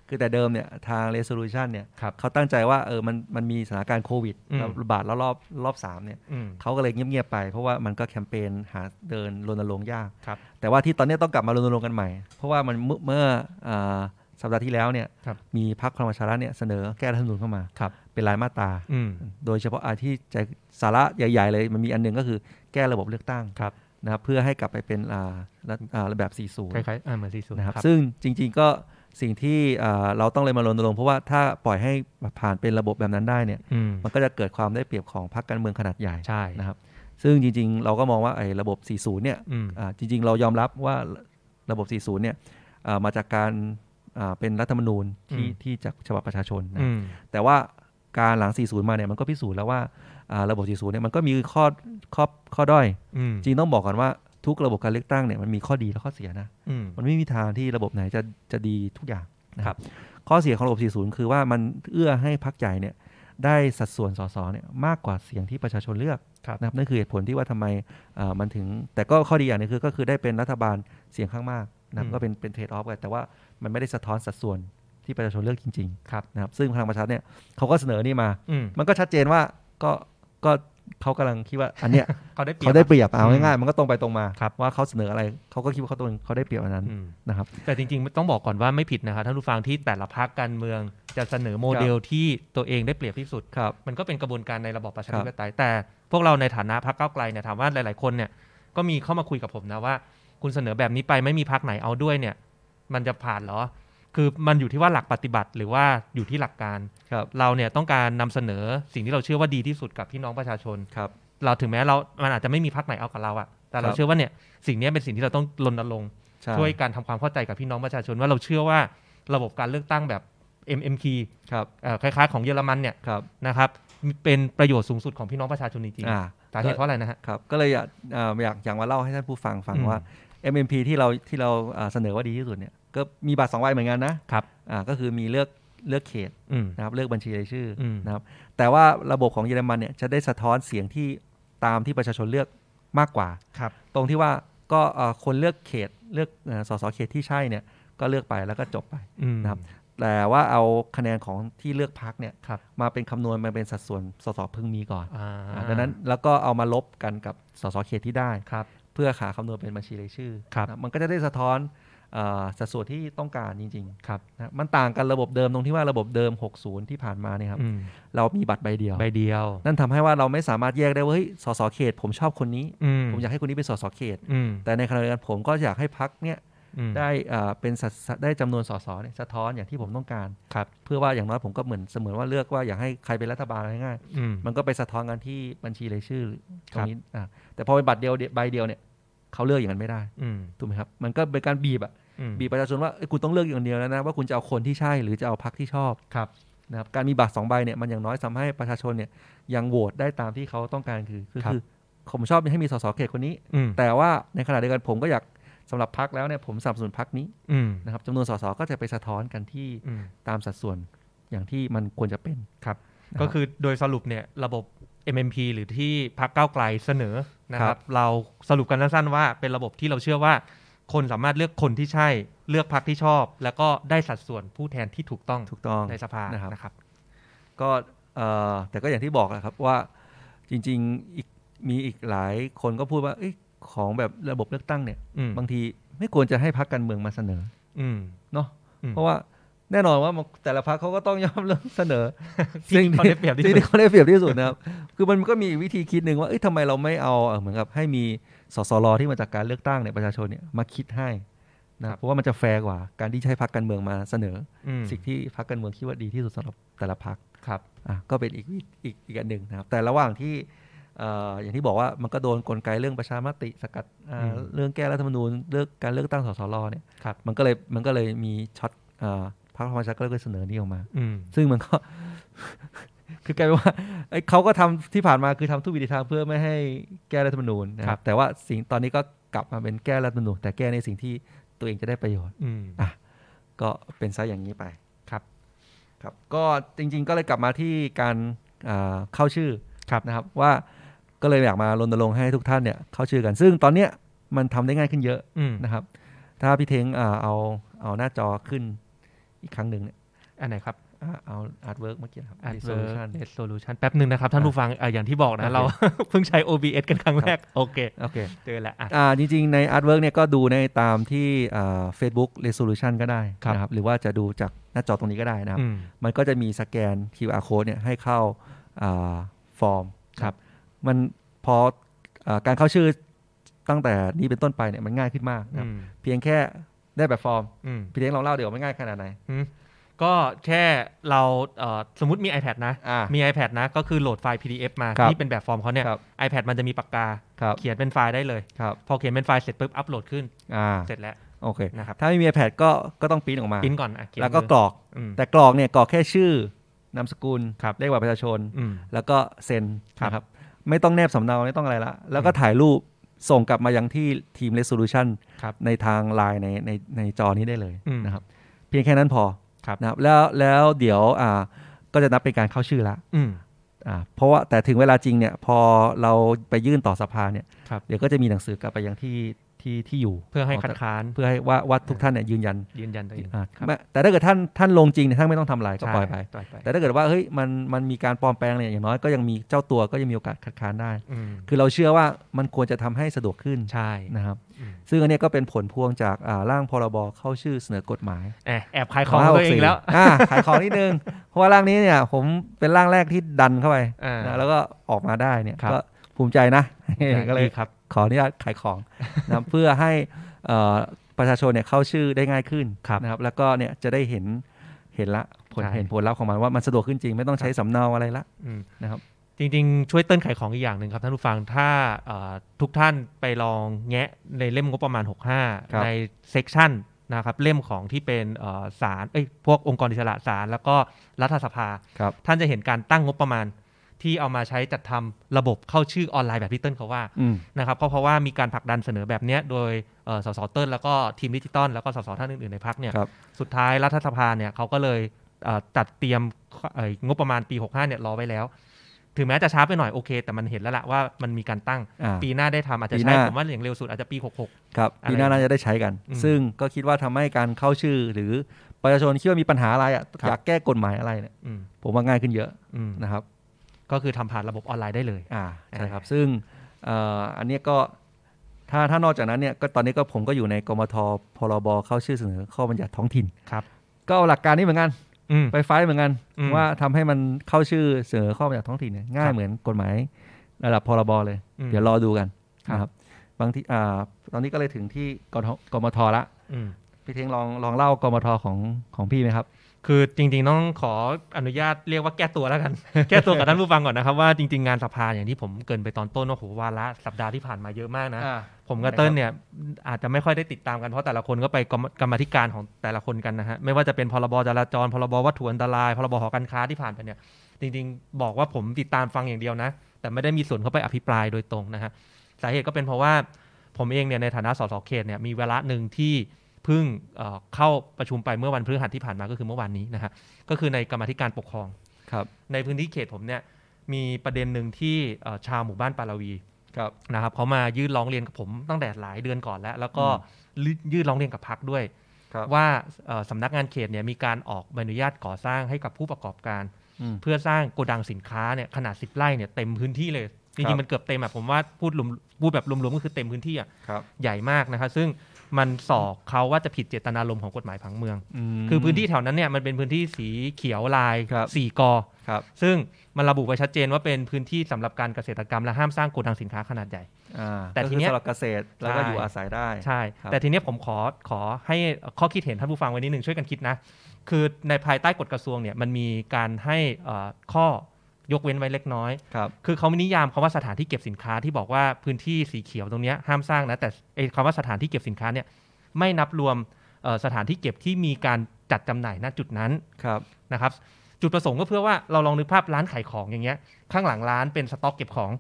S3: คือแต่เดิมเนี่ยทาง resolution เนี่ย
S5: ครับ
S3: เขาตั้งใจว่าเออมันมันมีสถานการณ์โควิด
S5: อืม
S3: ระบาดแล้วรอบรอบสามเนี่ย
S5: อืม
S3: เขาก็เลยเงียบๆไป เพราะว่ามันก็แคมเปญหาเดินรณรงค์ยาก
S5: ครับ
S3: แต่ว่าที่ตอนนี้ต้องกลับมารณรงค์กันใหม่ เพราะว่ามันเมื่อเมื่ออ่าสัปดาห์ที่แล้วเนี่ย
S5: ครับ
S3: มีพักพลังประชารัฐเนี่ยเสนอแก้รัฐธรรมนูญเข้ามา
S5: ครับ
S3: เป็นรายมาตรา
S5: อืม
S3: โดยเฉพาะอาที่จะสาระใหญ่ๆ เลยมันมีอันหนึงก็คือแก้ระบบเลือกตั้ง
S5: ครับ
S3: นะครับเพื่อให้กลับไปเป็นอ่ารัฐอ่าแบบ 40
S5: คล้ายๆอ่าเหมือนซีซูน
S3: นะครับซึ่งจริงๆก็สิ่งที่อ่าเราต้องเลยมารณรงค์เพราะว่าถ้าปล่อยให้ผ่านเป็นระบบแบบนั้นได้เนี่ย
S5: อืม
S3: มันก็จะเกิดความได้เปรียบของพรรคการเมืองขนาดใหญ่
S5: ใช่
S3: นะครับซึ่งจริงๆ เราก็มองว่าไอ้ระบบ 40 เนี่ย
S5: อืม
S3: อ่าจริงๆ เรายอมรับว่าระบบ 40 เนี่ยอ่ามาจากการอ่าเป็นรัฐธรรมนูญที่
S5: อืม
S3: ที่จากฉบับประชาชนนะ
S5: อืม
S3: แต่ว่าการหลัง 40 มาเนี่ยมันก็พิสูจน์แล้วว่าอ่าระบบ 40 เนี่ยมันก็มีข้อข้อข้อด้อย
S5: อืม
S3: จริงต้องบอกก่อนว่าทุกระบบการเลือกตั้งเนี่ยมันมีข้อดีและข้อเสียนะ
S5: อืม
S3: มันไม่มีทางที่ระบบไหนจะจะดีทุกอย่างนะครับ ข้อเสียของระบบ 40 คือว่ามันเอื้อให้พรรคใหญ่เนี่ยได้สัดส่วนสสเนี่ยมากกว่าเสียงที่ประชาชนเลือก
S5: ครับ
S3: นะครับนั่นคือเหตุผลที่ว่าทำไมอ่ามันถึง แต่ก็ข้อดีอย่างหนึงคือก็คือได้เป็นรัฐบาลเสียงข้างมากนะครับก็เป็นเป็นเทรดออฟกันแต่ว่ามันไม่ได้สะท้อนสัดส่วนที่ประชาชนเลือกจริงๆครับนะครับซึ่งพลังประชารัฐเนี่ยเขาก็เสนอนี่มา
S5: อืม
S3: มันก็ชัดเจนว่าก็ก็เขากำลังคิดว่าอันเนี้ย
S5: เขาได้เปรียบ
S3: เขาได้เปรียบเอา
S5: อืม
S3: ง่ายๆมันก็ตรงไปตรงมา
S5: ครับ
S3: ว่าเขาเสนออะไรเขาก็คิดว่าเขาตัวเขาได้เปรียบอันนั้น
S5: อืม
S3: นะครับ
S5: แต่จริงๆ ต้องบอกก่อนว่าไม่ผิดนะครับท่านผู้ฟังที่แต่ละพรรคการเมืองจะเสนอโมเดลที่ตัวเองได้เปรียบที่สุด
S3: ครับ
S5: มันก็เป็นกระบวนการในระบอบประชาธิปไตยแต่พวกเราในฐานะพรรคก้าวไกลเนี่ยถามว่าหลายๆคนเนี่ยก็มีเข้ามาคุยกับผมนะว่า คุณเสนอแบบนี้ไปไม่มีพรรคไหนเอาด้วยเนี่ย มันจะผ่านเหรอ คือมันอยู่ที่ว่าหลักปฏิบัติหรือว่าอยู่ที่หลักการ
S3: ครับ
S5: เราเนี่ยต้องการนำเสนอสิ่งที่เราเชื่อว่าดีที่สุดกับพี่น้องประชาชน
S3: ครับ
S5: เราถึงแม้เรา มันอาจจะไม่มีพักไหนเอากับเราอะแต่เรา
S3: ครับ
S5: เชื่อว่าเนี่ยสิ่งเนี้ยเป็นสิ่งที่เราต้องรณรงค์
S3: ใช่
S5: ช่วยการทำความเข้าใจกับพี่น้องประชาชนว่าเราเชื่อว่าระบบการเลือกตั้งแบบ MMK
S3: ครับ
S5: เอ่อคล้ายๆของเยอรมันเนี่ย
S3: ครับ
S5: นะครับ เป็นประโยชน์สูงสุดของพี่น้องประชาชนจริง
S3: อ่า
S5: ๆสาเหตุเพราะอะไรนะฮะ
S3: ครับก็เลยอยากอ่าอยากอยากมาเล่าให้ท่านผู้ฟังฟัง
S5: อืม
S3: ว่า MMP ที่เราที่เราอ่าเสนอว่าดีที่สุดเนี่ยก็มีบัตรสองใบเหมือนกันนะครับ อ่าก็คือมีเลือกเลือกเขต
S5: อืม
S3: นะครับเลือกบัญชีรายชื่ออ
S5: ม
S3: นะครับแต่ว่าระบบของเยอรมันเนี่ยจะได้สะท้อนเสียงที่ตามที่ประชาชนเลือกมากกว่า
S5: ครับ
S3: ตรงที่ว่าก็เอ่อคนเลือกเขตเลือกเอ่อสสเขตที่ใช่เนี่ยก็เลือกไปแล้วก็จบไป
S5: อืม
S3: นะครับ แต่ว่าเอาคะแนนของที่เลือกพักเนี่ย
S5: ครับ
S3: มาเป็นคำนวณมาเป็นสัดส่วนสสพึงมีก่อน
S5: อ่า
S3: อ่าดังนั้นแล้วก็เอามาลบกันกับสสเขตที่ได้
S5: ครับ
S3: เพื่อหาคำนวณเป็นบัญชีรายชื่อ
S5: ครับ
S3: นะมันก็จะได้สะท้อนเอ่อสัดส่วนที่ต้องการจริงๆ
S5: ครับ
S3: นะมันต่างกันระบบเดิมตรงที่ว่าระบบเดิม 60 ที่ผ่านมาเนี่ยครับ
S5: อืม
S3: เรามีบัตรใบเดียว
S5: ใบเดียว
S3: นั่นทำให้ว่าเราไม่สามารถแยกได้ว่าเฮ้ยสสเขต ผมชอบคนนี้
S5: อืม
S3: ผมอยากให้คนนี้เป็นสสเขต
S5: อืม
S3: แต่ในขณะเดียวกันผมก็อยากให้พักเนี่ย
S5: อืม
S3: ได้อ่าเป็นสัดสได้จำนวนสสเนี่ยสะท้อนอย่างที่ผมต้องการ
S5: ครับ
S3: เพื่อว่าอย่างน้อยผมก็เหมือนเสมือนว่าเลือกว่าอยากให้ใครเป็นรัฐบาลเอาง่าย
S5: อืม
S3: ๆมันก็ไปสะท้อนกันที่บัญชีรายชื่อต
S5: ค
S3: ร
S5: รั
S3: ง
S5: บ
S3: นี้อ่าแต่พอเป็นบัตรเดียวใบเดียวเนี่ยเขาเลือกอย่างนั้นไม่ได้
S5: อืม
S3: ถูกไหมครับมันก็เป็นการบีบอะ
S5: อืม
S3: บีบประชาชนว่าเอ้ยคุณต้องเลือกอย่างเดียวแล้วนะว่าคุณจะเอาคนที่ใช่หรือจะเอาพรรคที่ชอบ
S5: ครับ
S3: นะครับการมีบัตรสองใบเนี่ยมันอย่างน้อยทำให้ประชาชนเนี่ยยังโหวตได้ตามที่เขาต้องการคือคือ
S5: ครับ
S3: คือผมชอบให้มีสสเขตคนนี้
S5: อืม
S3: แต่ว่าในขณะเดียวกันผมก็อยากสำหรับพรรคแล้วเนี่ยผมสนับสนุนพรรคนี้
S5: อืม
S3: นะครับจำนวนสสก็จะไปสะท้อนกันที่
S5: อืม
S3: ตามสัดส่วนอย่างที่มันควรจะเป็น นะครับ
S5: ก็คือโดยสรุปเนี่ยระบบ MMP หรือที่พักเก้าวไกลเสนอนะ
S3: ค
S5: ค
S3: รั
S5: รับ บ เราสรุปกันสั้นๆว่าเป็นระบบที่เราเชื่อว่า คนสามารถเลือกคนที่ใช่ เลือกพักที่ชอบ แล้วก็ได้สัดส่วนผู้แทนที่ถูกต้อง
S3: ถูกต้อง
S5: ในสภา
S3: นะครับ
S5: นะครับ
S3: ก็เอ่อแต่ก็อย่างที่บอกแหละครับว่าจริงๆอีกมีอีกหลายคนก็พูดว่าเอยของแบบระบบเลือกตั้งเนี่ย
S5: อืม
S3: บางทีไม่ควรจะให้พักการเมืองมาเสนอ
S5: อืม
S3: เนาะ
S5: อืม
S3: เพราะว่าใน แน่นอนว่ามันแต่ละพรรคเขาก็ต้องยอมเรื่องเสนอ
S5: ที่เขาได้เปรียบที่สุด
S3: สิ่งที่เขาได้เปรียบที่สุดนะครับ คือมันก็มีวิธีคิดหนึ่งว่าเอ้ยทำไมเราไม่เอาเอ่อเหมือนกับให้มีสสรที่มาจากการเลือกตั้งเนี่ยประชาชนเนี่ยมาคิดให้นะครับเพราะว่ามันจะแฟร์กว่าการที่ใช้พรรคการเมืองมาเสนอ
S5: อืม
S3: สิ่งที่พรรคการเมืองคิดว่าดีที่สุดสำหรับแต่ละพรรค
S5: ครับ
S3: อ่ะก็เป็นอีกวิอีกอีกอันหนึ่งนะครับ แต่ระหว่างที่เอ่ออย่างที่บอกว่ามันก็โดนกลไกเรื่องประชามติสกัดอ่า
S5: อืม
S3: เรื่องแก้รัฐธรรมนูญเลือกการเลือกตั้งสสรเนี่ย
S5: ครับ
S3: มันก็เลยมันก็เลยมีช็อตเอ่อพรรคพลังประชารัฐก็เลยเสนอนี้ออกมา
S5: อืม
S3: ซึ่งมันก็ คือกลายเป็นว่าเอ้ยเขาก็ทำที่ผ่านมาคือทำทุกวิธีทางเพื่อไม่ให้แก้รัฐธรรมนูญนะค
S5: ครั
S3: รับ
S5: บ
S3: แต่ว่าสิ่งตอนนี้ก็กลับมาเป็นแก้รัฐธรรมนูญแต่แก้ในสิ่งที่ตัวเองจะได้ประโยชน์
S5: อืม
S3: ก็เป็นซะอย่างนี้ไป
S5: ครับ
S3: ครับ ก็จริงๆก็เลยกลับมาที่การอ่าเข้าชื่อ
S5: ครับ
S3: นะครับว่าก็เลยอยากมารณรงค์ให้ทุกท่านเนี่ยเข้าชื่อกัน ซึ่งตอนเนี้ยมันทำได้ง่ายขึ้นเยอะ
S5: อืม
S3: นะครับ ถ้าพี่เทงอ่าเอาเอาหน้าจอขึ้นอีกครั้งหนึ่งเนี่ย
S5: อันไหนครับ
S3: อ่าเอาอาร์ตเวิร์กเมื่อกี้นะครับ
S5: Adverb
S3: Resolution
S5: Net Solution แป๊บหนึ่งนะครับ ท่านผู้ฟังเอ่ออย่างที่บอกนะ
S3: โอเค
S5: เรา เพิ่งใช้ OBS กันครั้งแรก โอเค
S3: โอเค
S5: เจอแล้วอ่ะ
S3: อ่าจริงๆ ใน Artwork เนี่ยก็ดูในตามที่อ่า Facebook Resolution ก็ได้
S5: ครับ
S3: นะครับหรือว่าจะดูจากหน้าจอตรงนี้ก็ได้นะครับ
S5: อืม
S3: มันก็จะมีสแกน QR code เนี่ยให้เข้าอ่าฟอร์ม
S5: ครับ
S3: มันพออาการเข้าชื่อตั้งแต่นี้เป็นต้นไปเนี่ยมันง่ายขึ้นมากนะค
S5: อื
S3: รับ
S5: ม
S3: เพียงแค่ได้แบบฟอร์ม
S5: อืม
S3: พี่เลี้ยงลองเล่าเดี๋ยวมันง่ายขนาดไหน
S5: ก็แค่เราเอ่อสมมติมี iPad นะ
S3: อ่า
S5: มี iPad นะ ก็คือโหลดไฟล์ PDF มา
S3: ครับ
S5: ที่เป็นแบบฟอร์มเขาเนี่ย
S3: ครับ
S5: iPad มันจะมีปากกา
S3: ครับ
S5: เขียนเป็นไฟล์ได้เลย
S3: ครับ
S5: พอเขียนเป็นไฟล์เสร็จปุ๊บอัปโหลดขึ้น
S3: อ่า
S5: เสร็จแล้ว
S3: โอเค
S5: นะครับ
S3: ถ้าไม่มี iPad ก็ก็ต้องปริ้นออกมา
S5: พิมพ์ก่อนอ่ะเขียน
S3: แล้วก็
S5: มือก
S3: รอก
S5: อืม
S3: แต่กรอกเนี่ยกรอกแค่ชื่อนามสกุล
S5: ครับ
S3: เลขบัตรประชาชน
S5: อืม
S3: แล้วก็เซ็น
S5: ครับ
S3: นะครับไม่ต้องแนบสำเนาไม่ต้องอะไรละ แล้วก็ถ่ายรูปส่งกลับมายังที่ทีม resolution
S5: ครับ
S3: ในทาง Line ในในในจอนี้ได้เลย
S5: อืม
S3: นะครับเพียงแค่นั้นพอ
S5: ครับ
S3: นะครับแล้วแล้วเดี๋ยวอ่าก็จะนับเป็นการเข้าชื่อละ
S5: อืม
S3: อ่าเพราะว่าแต่ถึงเวลาจริงเนี่ยพอเราไปยื่นต่อสภาเนี่ย
S5: ครับ
S3: เดี๋ยวก็จะมีหนังสือกลับไปยังที่ที่ที่อยู่
S5: เพื่อให้คัด
S3: ขง
S5: ค้าน
S3: เพื่อให้ว่าว่าทุกท่านเนี่ยยืนยัน
S5: ยืนยันตัวเอง
S3: อ่าแต่ถ้าเกิดท่านท่านลงจริงเนี่ยท่านไม่ต้องทำอะไรก็ปล่อยไป
S5: ใช่ปล่อยไป
S3: แต่ถ้าเกิดว่าเฮ้ยมันมันมีการปลอมแปลงเนี่ยอย่างน้อยก็ยังมีเจ้าตัวก็ยังมีโอกาสคัดค้านได้
S5: อืม
S3: คือเราเชื่อว่ามันควรจะทำให้สะดวกขึ้น
S5: ใช่
S3: นะครับ
S5: อืม
S3: ซึ่งอันเนี้ยก็เป็นผลพวงจากอ่าร่างพรบเข้าชื่อเสนอกฎหมาย
S5: แอบแอบขายของตัวเองแล้ว
S3: อ่าขายของนิดนึง เพราะว่าร่างนี้เนี่ยผมเป็นร่างแรกที่ดันเข้าไป
S5: อ่าน
S3: นะแล้วก็ออกมาได้เนี่ย
S5: ครับ
S3: ก็ภูมิใจนะ ก็เลย
S5: ดีครับ
S3: ขออนุญาตขายของนะครับเพื่อให้เอ่อประชาชนเนี่ยเข้าชื่อได้ง่ายขึ้น
S5: ครับ
S3: นะครับ แล้วก็เนี่ยจะได้เห็นเห็นละผล
S5: ใช่
S3: เห็นผลลัพธ์ของมันว่ามันสะดวกขึ้นจริงไม่ต้องใช้สำเนาอะไรละ
S5: อืม
S3: นะครับ
S5: จริงๆ ช่วยเติ้ลขายของอีกอย่างหนึ่งครับท่านผู้ฟังถ้าเอ่อทุกท่านไปลองแงะในเล่มงบประมาณ
S3: ครับ
S5: 65 ในเซกชันนะครับเล่มของที่เป็นเอ่อสารเอ้ยพวกองค์กรอิสระสารแล้วก็รัฐสภา
S3: ครับ
S5: ท่านจะเห็นการตั้งงบประมาณที่เอามาใช้จัดทำระบบเข้าชื่อออนไลน์แบบพี่เติ้ลเขาว่า
S3: อืม
S5: นะครับก็เพราะว่ามีการผลักดันเสนอแบบเนี้ยโดยเอ่อสสเติ้ลแล้วก็ทีมดิจิตอลแล้วก็สสท่านอื่นๆในพักเนี่ย
S3: ครับ
S5: สุดท้ายรัฐสภาเนี่ยเขาก็เลยเอ่อจัดเตรียมเอ่องบประมาณปี 65เนี่ยรอไว้แล้ว ถึงแม้จะช้าไปหน่อยโอเค แต่มันเห็นแล้วล่ะว่ามันมีการตั้ง
S3: อ่า
S5: ปีหน้าได้ทำอาจจะ
S3: ปีห
S5: ใช้
S3: น้า
S5: ผมว่าอย่างเร็วสุดอาจจะปี 66
S3: ครับ
S5: อะไร
S3: ปีหน้าน่าจะได้ใช้กัน
S5: อืม
S3: ซึ่งก็คิดว่าทำให้การเข้าชื่อ หรือประชาชนคิดว่ามีปัญหาอะไรอ่ะ
S5: ครับ
S3: อยากแก้กฎหมายอะไรเนี่ย
S5: อืม
S3: ผมว่าง่ายขึ้นเยอะ
S5: อืม
S3: นะครับ
S5: ก็คือทำผ่านระบบออนไลน์ได้เลย
S3: อ่าใช่
S5: อ่า
S3: ครับ ซึ่งเอ่ออันเนี้ยก็ถ้าถ้านอกจากนั้นเนี่ยก็ตอนนี้ก็ผมก็อยู่ในกมทพรบเข้าชื่อเสนอข้อบัญญัติท้องถิ่น
S5: ครับ
S3: ก็เอาหลักการนี้เหมือนกัน
S5: อืม
S3: ไปไฟท์เหมือนกัน
S5: อืม
S3: ว่าทำให้มันเข้าชื่อเสนอข้อบัญญัติท้องถิ่นเนี่ยง่า
S5: ครั
S3: ย
S5: บ
S3: เหมือนกฎหมายระดับพรบเลย
S5: อืม
S3: เดี๋ยวรอดูกัน
S5: ครับ
S3: นะครับบางทีอ่าตอนนี้ก็เลยถึงที่กทกมทละ
S5: อืม
S3: พี่เทงลองลองเล่ากมทของของพี่ไหมครับ
S5: คือจริงๆต้องขออนุญาตเรียกว่าแก้ตัวแล้วกัน แก้ตัวกับท่านผู้ฟังก่อนนะครับว่าจริงๆงานสภาอย่างที่ผมเกรินไปตอนต้นว่าโหวาระสัปดาห์ที่ผ่านมาเยอะมากนะ ผมกับเติ้ลเนี่ยอาจจะไม่ค่อยได้ติดตามกันเพราะแต่ละคนก็ไปกรรมกรรมาธิการของแต่ละคนกันนะฮะไม่ว่าจะเป็นพรบจราจรพรบวัตถุอันตรายพรบหอการค้าที่ผ่านไปเนี่ยจริงๆ บอกว่าผมติดตามฟังอย่างเดียวนะ แต่ไม่ได้มีส่วนเข้าไปอภิปรายโดยตรงนะฮะสาเหตุก็เป็นเพราะว่าผมเองเนี่ยในฐานะสสเขตเนี่ยมีเวลาหนึ่งที่เพิ่งเอ่อเข้าประชุมไปเมื่อวันพฤหัสที่ผ่านมาก็คือเมื่อวานนี้นะฮะก็คือในกรรมาธิการปกครอง
S3: ครับ
S5: ในพื้นที่เขตผมเนี่ยมีประเด็นหนึ่งที่เอ่อชาวหมู่บ้านปาราวี
S3: ครับ
S5: นะครับเขามายื่นร้องเรียนกับผมตั้งแต่หลายเดือนก่อนแล้ว แล้วก็ยื่นร้องเรียนกับพักด้วย
S3: ครับ
S5: ว่าเอ่อสำนักงานเขตเนี่ยมีการออกใบอนุญาตก่อสร้างให้กับผู้ประกอบการ
S3: อืม
S5: เพื่อสร้างโกดังสินค้าเนี่ยขนาด 10ไร่เนี่ยเต็มพื้นที่เลย
S3: ค
S5: จ
S3: รั
S5: ริง
S3: บ
S5: ๆมันเกือบเต็มอะผมว่าพูดรวมพูดแบบรวมๆก็คือเต็มพื้นที่อะ
S3: ครับ
S5: ใหญ่มากนะครับซึ่ง มันสอกเขาว่าจะผิดเจตนารมณ์ของกฎหมายผังเมือง คือพื้นที่แถวนั้นเนี่ยมันเป็นพื้นที่สีเขียวลาย
S3: ครับ
S5: สี่กอ
S3: ครับ
S5: ซึ่งมันระบุไว้ชัดเจนว่าเป็นพื้นที่สำหรับการเกษตรกรรม และห้ามสร้างโกดังสินค้าขนาดใหญ่
S3: อ่า
S5: แต่
S3: ก็คื
S5: ที
S3: อ
S5: เนี้ย
S3: สำหรับเกษตรแล้วก็
S5: ใช่
S3: อยู่อาศัยได้
S5: ใช่
S3: ครับ
S5: แต่ทีเนี้ยผมขอขอให้ข้อคิดเห็นท่านผู้ฟังไว้นิดหนึ่งช่วยกันคิดนะ คือในภายใต้กฎกระทรวงเนี่ยมันมีการให้เอ่อข้อยกเว้นไว้เล็กน้อย
S3: ครับ
S5: คือเขาไม่นิยามคำว่าสถานที่เก็บสินค้าที่บอกว่าพื้นที่สีเขียวตรงเนี้ยห้ามสร้างนะแต่ไอ้คำว่าสถานที่เก็บสินค้าเนี่ยไม่นับรวมเอ่อสถานที่เก็บที่มีการจัดจำหน่ายณจุดนั้น
S3: ครับ
S5: นะครับจุดประสงค์ก็เพื่อว่าเราลองนึกภาพร้านขายของอย่างเงี้ยข้างหลังร้านเป็นสต็อกเก็บของ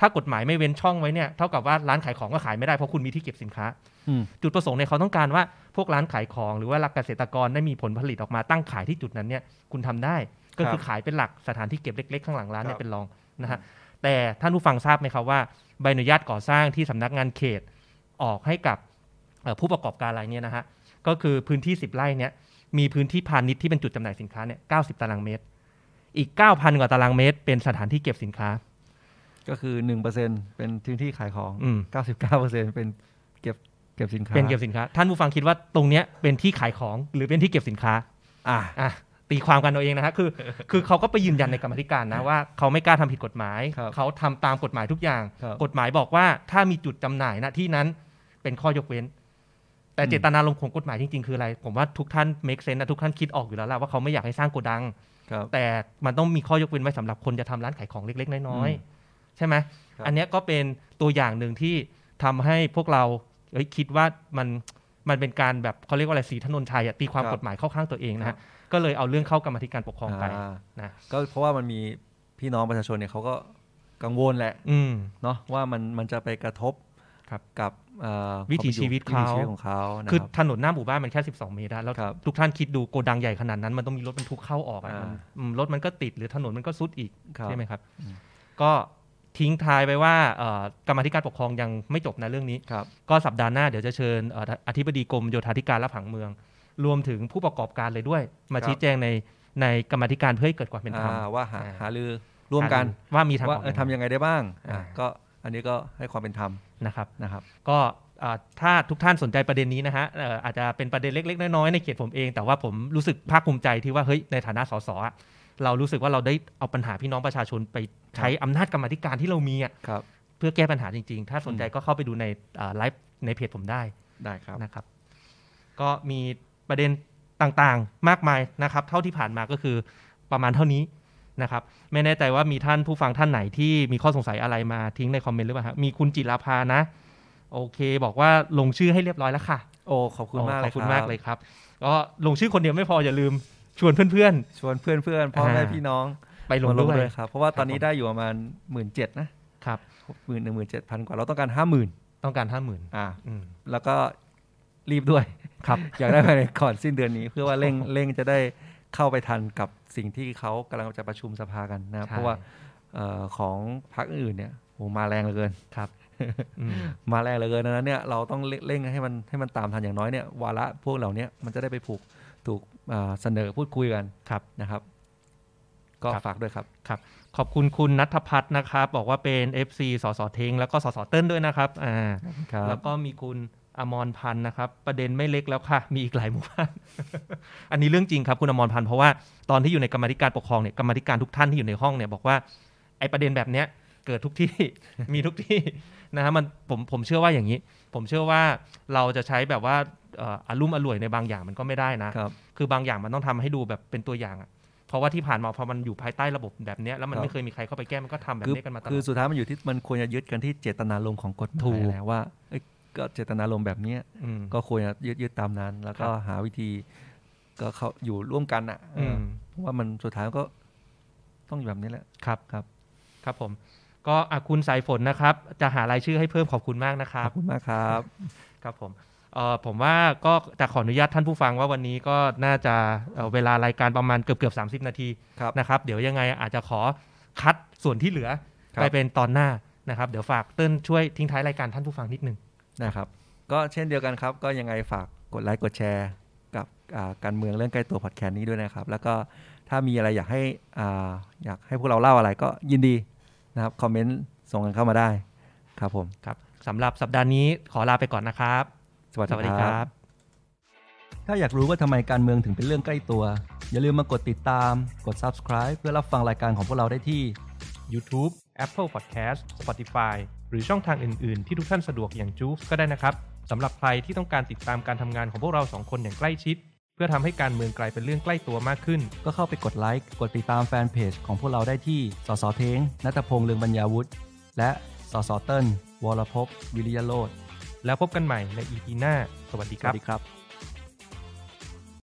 S5: ถ้ากฎหมายไม่เว้นช่องไว้เนี่ยเท่ากับว่าร้านขายของก็ขายไม่ได้เพราะคุณมีที่เก็บสินค้า
S3: อืม
S5: จุดประสงค์เนี่ยเขาต้องการว่าพวกร้านขายของหรือว่ารักเกษตรกรได้มีผลผลิตออกมาตั้งขายที่จุดนั้นเนี่ยคุณทำได้ก็คือขายเป็นหลักสถานที่เก็บเล็กๆข้างหลังร้านเนี่ยเป็นรองนะฮะแต่ท่านผู้ฟังทราบไหมครับว่าใบอนุญาตก่อสร้างที่สำนักงานเขตออกให้กับเอ่อผู้ประกอบการรายเนี่ยนะฮะก็คือพื้นที่ 10 ไร่เนี่ย มีพื้นที่พาณิชย์ที่เป็นจุดจำหน่ายสินค้าเนี่ย 90 ตารางเมตร อีก 9,000 กว่าตารางเมตร เป็นสถานที่เก็บสินค้า
S3: ก็คือหนึ่งเปอร์เซ็นเป็นพื้นที่ขายของ
S5: อืม
S3: เก้าสิบเก้าเปอร์เซ็นเป็นเก็บเก็บสินค้า
S5: เป็นเก็บสินค้า ท่านผู้ฟังคิดว่าตรงเนี้ยเป็นที่ขายของหรือเป็นที่เก็บสินค้า
S3: อ่ะ
S5: อ่ะตีความกันเอาเองนะฮะ คือ คือเขาก็ไปยืนยันในกรรมธิการนะว่าเขาไม่กล้าทำผิดกฎหมาย
S3: ครับ
S5: เขาทำตามกฎหมายทุกอย่าง
S3: ครับ
S5: กฎหมายบอกว่าถ้ามีจุดจำหน่ายณที่นั้นเป็นข้อยกเว้น แต่เจตนารมณ์ของกฎหมายจริงๆคืออะไร ผมว่าทุกท่าน make sense นะทุกท่านคิดออกอยู่แล้วล่ะว่าเขาไม่อยากให้สร้างโกดัง
S3: ครับ
S5: แต่มันต้องมีข้อยกเว้นไว้สำหรับคนจะทำร้านขายของเล็ก ๆ น้อยๆใช่ไหม
S3: ครับ
S5: อันเนี้ยก็เป็นตัวอย่างหนึ่งที่ทำให้พวกเราเอ้ยคิดว่ามันมันเป็นการแบบเขาเรียกว่าอะไรสีถนนชัยอะตีความกฎหมายเข้าข้างตัวเองนะฮะก็เลยเอาเรื่องเข้ากรรมาธิการปกครองไป
S3: อ่า
S5: นะ
S3: ก็เพราะว่ามันมีพี่น้องประชาชนเนี่ยเขาก็กังวลแหละ
S5: อืม
S3: เนาะว่ามันมันจะไปกระทบ
S5: ครับ
S3: กับเอ่อ
S5: วิถีชีวิต
S3: คมเป็นอยู่วิถี
S5: เขา
S3: ชีวิตของเขานะ
S5: คือ
S3: ครับ
S5: ถนนหน้าหมู่บ้านมันแค่ 12 เมตรนะแล้ว
S3: ครับ
S5: ทุกท่านคิดดูโกดังใหญ่ขนาดนั้น มันต้องมีรถบรรทุกเข้าออกอะ
S3: อ่ามั
S5: นอืมรถมันก็ติดหรือถนนมันก็ซุดอีก
S3: ครับ
S5: ใช่ไหมครับ
S3: อืม
S5: ก็ทิ้งท้ายไปว่าเอ่อกรรมาธิการปกครองยังไม่จบนะเรื่องนี้
S3: ครับ
S5: ก็สัปดาห์หน้าเดี๋ยวจะเชิญเอ่ออธิบดีกรมโยธาธิการและผังเมือง รวมถึงผู้ประกอบการเลยด้วย มา
S3: ครับ
S5: ชี้แจงในในกรรมาธิการเพื่อให้เกิดความเป็นธรรม
S3: อ่าว่าหา
S5: อ่า
S3: หารือร่วมกัน
S5: ว่ามีทางอ
S3: ว่า
S5: อก
S3: เออ
S5: ยังไง
S3: ทำยังไงได้บ้างอ่ะ
S5: อ่า
S3: ก็อันนี้ก็ให้ความเป็นธรรม
S5: นะครับ
S3: นะครับ
S5: ก็เอ่อถ้าทุกท่านสนใจประเด็นนี้นะฮะเอ่ออาจจะเป็นประเด็นเล็ก ๆ น้อยๆในเขตผมเอง แต่ว่าผมรู้สึกภาคภูมิใจที่ว่าเฮ้ยในฐานะสสอะเรารู้สึกว่าเราได้เอาปัญหาพี่น้องประชาชนไปใช้อำนาจกรรมาธิการที่เรามีอะ
S3: ครับ
S5: เพื่อแก้ปัญหาจริงๆ ถ้าสนใจก็เข้าไปดูในเอ่อไลฟ์ในเพจผมได้
S3: ได้ครับ
S5: นะครับ ก็มีประเด็นต่างๆ มากมายนะครับ เท่าที่ผ่านมาก็คือประมาณเท่านี้นะครับ ไม่แน่ใจว่ามีท่านผู้ฟังท่านไหนที่มีข้อสงสัยอะไรมาทิ้งในคอมเมนต์หรือเปล่าฮะมีคุณจิราภานะ โอเค บอกว่าลงชื่อให้เรียบร้อยแล้วค่ะ
S3: โอ้ขอบคุณมาก
S5: โอ้
S3: เล
S5: ขอย บคุณมากเลย
S3: รับ
S5: ครับ ก็ลงชื่อคนเดียวไม่พออย่าลืมชวนเพื่อน
S3: ชวนเพื่อนเพื่อนๆพ่อแม่
S5: อ่า
S3: พี่น้อง
S5: ๆ ไปลง
S3: มา
S5: ด้วย
S3: ครับ เพราะว่าตอนนี้
S5: ครับผม
S3: ได้อยู่ประมาณหมื่นเจ็ดนะครับ หมื่นหนึ่งหมื่นเจ็ดพันกว่าเราต้องการห้าหมื่น
S5: ต้องการห้าหมื่น
S3: อ่า แล้วก็รีบด้วย
S5: ครับ
S3: อยากได้ภายในก่อนสิ้นเดือนนี้ เพื่อว่าเร่ง เร่งจะได้เข้าไปทันกับสิ่งที่เขากำลังจะประชุมสภากันนะครับ
S5: ใช่
S3: เพราะว่าเออของพรรคอื่นเนี่ยโหมาแรงเหลือเกิน
S5: อืม
S3: มาแรงเหลือเกินดังนั้นเนี่ยเราต้องเร่งเร่งให้มันให้มันตามทันอย่างน้อยเนี่ยวาระพวกเหล่าเนี้ยมันจะได้ไปผูกถูกเอ่อเสนอพูดคุยกัน
S5: ครับ
S3: นะครับ ก็
S5: ครับ
S3: ฝากด้วยครับ
S5: ขอบคุณคุณนัทพัฒน์นะครับ บอกว่าเป็น FC สสเทงแล้วก็สสเติ้ลด้วยนะครับอ่า แล้วก็มีคุณอมรพันธ์นะครับ ประเด็นไม่เล็กแล้วค่ะ มีอีกหลายหมู่บ้าน อันนี้เรื่องจริงครับคุณอมรพันธ์เพราะว่าตอนที่อยู่ในกรรมาธิการปกครองเนี่ยกรรมาธิการทุกท่านที่อยู่ในห้องเนี่ยบอกว่าไอ้ประเด็นแบบเนี้ยเกิดทุกที่ มีทุกที่นะฮะมันผมผมเชื่อว่าอย่างนี้ ผมเชื่อว่าเราจะใช้แบบว่าเอ่ออารุ่มอร่วยในบางอย่างมันก็ไม่ได้นะ
S3: ครับ
S5: คือบางอย่างมันต้องทำให้ดูแบบเป็นตัวอย่างอะเพราะว่าที่ผ่านมาพอมันอยู่ภายใต้ระบบแบบเนี้ยแล้วมัน
S3: ครับ
S5: ไม่เคยมีใครเข้าไปแก้มันก็ทำแบบ
S3: คือ
S5: นี้กันมาตล
S3: คือ
S5: อด
S3: สุดท้ายมันอยู่ที่มันควรจะยึดกันที่เจตนารมณ์ของกฎห
S5: ถู
S3: มาย
S5: ก
S3: แหละว่าเอ้ยก็เจตนารมณ์แบบเนี้ย
S5: อืม
S3: ก็ควรจะยึดยึดตามนั้น แล้วก็
S5: ครับ
S3: หาวิธีก็เขาอยู่ร่วมกันอ่ะเอ
S5: อื
S3: อ
S5: ม
S3: เพราะว่ามันสุดท้ายก็ต้องอยู่แบบนี้แหละ
S5: ครับ
S3: ครับ
S5: ครับผมก็อ่ะคุณสายฝนนะครับ จะหารายชื่อให้เพิ่มขอบคุณมากนะครั
S3: ข
S5: บ
S3: อบคุณมากครับ
S5: ครับผมเอ่อผมว่าก็จะขออนุญาตท่านผู้ฟังว่าวันนี้ก็น่าจะเอ่อเวลารายการประมาณเกือบเกือบสานาที
S3: ครับ
S5: นะครับ เดี๋ยวยังไงอาจจะขอคัดส่วนที่เหลือ
S3: ครับ
S5: ไปเป็นตอนหน้านะครับ เดี๋ยวฝากเติ้ลช่วยทิ้งท้ายรายการท่านผู้ฟังนิดนึง
S3: นะครับ ก็เช่นเดียวกันครับ ก็ยังไงฝากกดไลค์กดแชร์กับอ่าการเมืองเรื่องใกล้ตัวพอดแคสต์นี้ด้วยนะครับ แล้วก็ถ้ามีอะไรอยากให้อ่าอยากให้พวกเราเล่าอะไรก็ยินดีนะครับคอมเมนต์ส่งกันเข้ามาได้ครับผม
S5: ครับสำหรับสัปดาห์นี้ขอลาไปก่อนนะครับ
S3: สวัส
S5: สวัสดี
S3: ดี
S5: ค
S3: ค
S5: รั
S3: รับ บ ถ้าอยากรู้ว่าทำไมการเมืองถึงเป็นเรื่องใกล้ตัว อย่าลืมมากดติดตาม กด subscribe เพื่อรับฟังรายการของพวกเราได้ที่
S5: YouTube Apple Podcast Spotify หรือช่องทางอื่น ๆ ที่ทุกท่านสะดวกอย่างจูฟก็ได้นะครับสำหรับใครที่ต้องการติดตามการทำงานของพวกเราสองคนอย่างใกล้ชิด เพื่อทำให้การเมืองกลายเป็นเรื่องใกล้ตัวมากขึ้น
S3: ก็เข้าไปกดไลค์ กดติดตามแฟนเพจของพวกเราได้ที่ สสเทงนัตพงษ์เลืองบรรยาวุฒิ และสสเติ้ลวรภพวิริยโรธ
S5: แล้วพบกันใหม่ใน EP หน้า สวัสดี
S3: ส
S5: ค
S3: วั
S5: รับ
S3: สดีครับ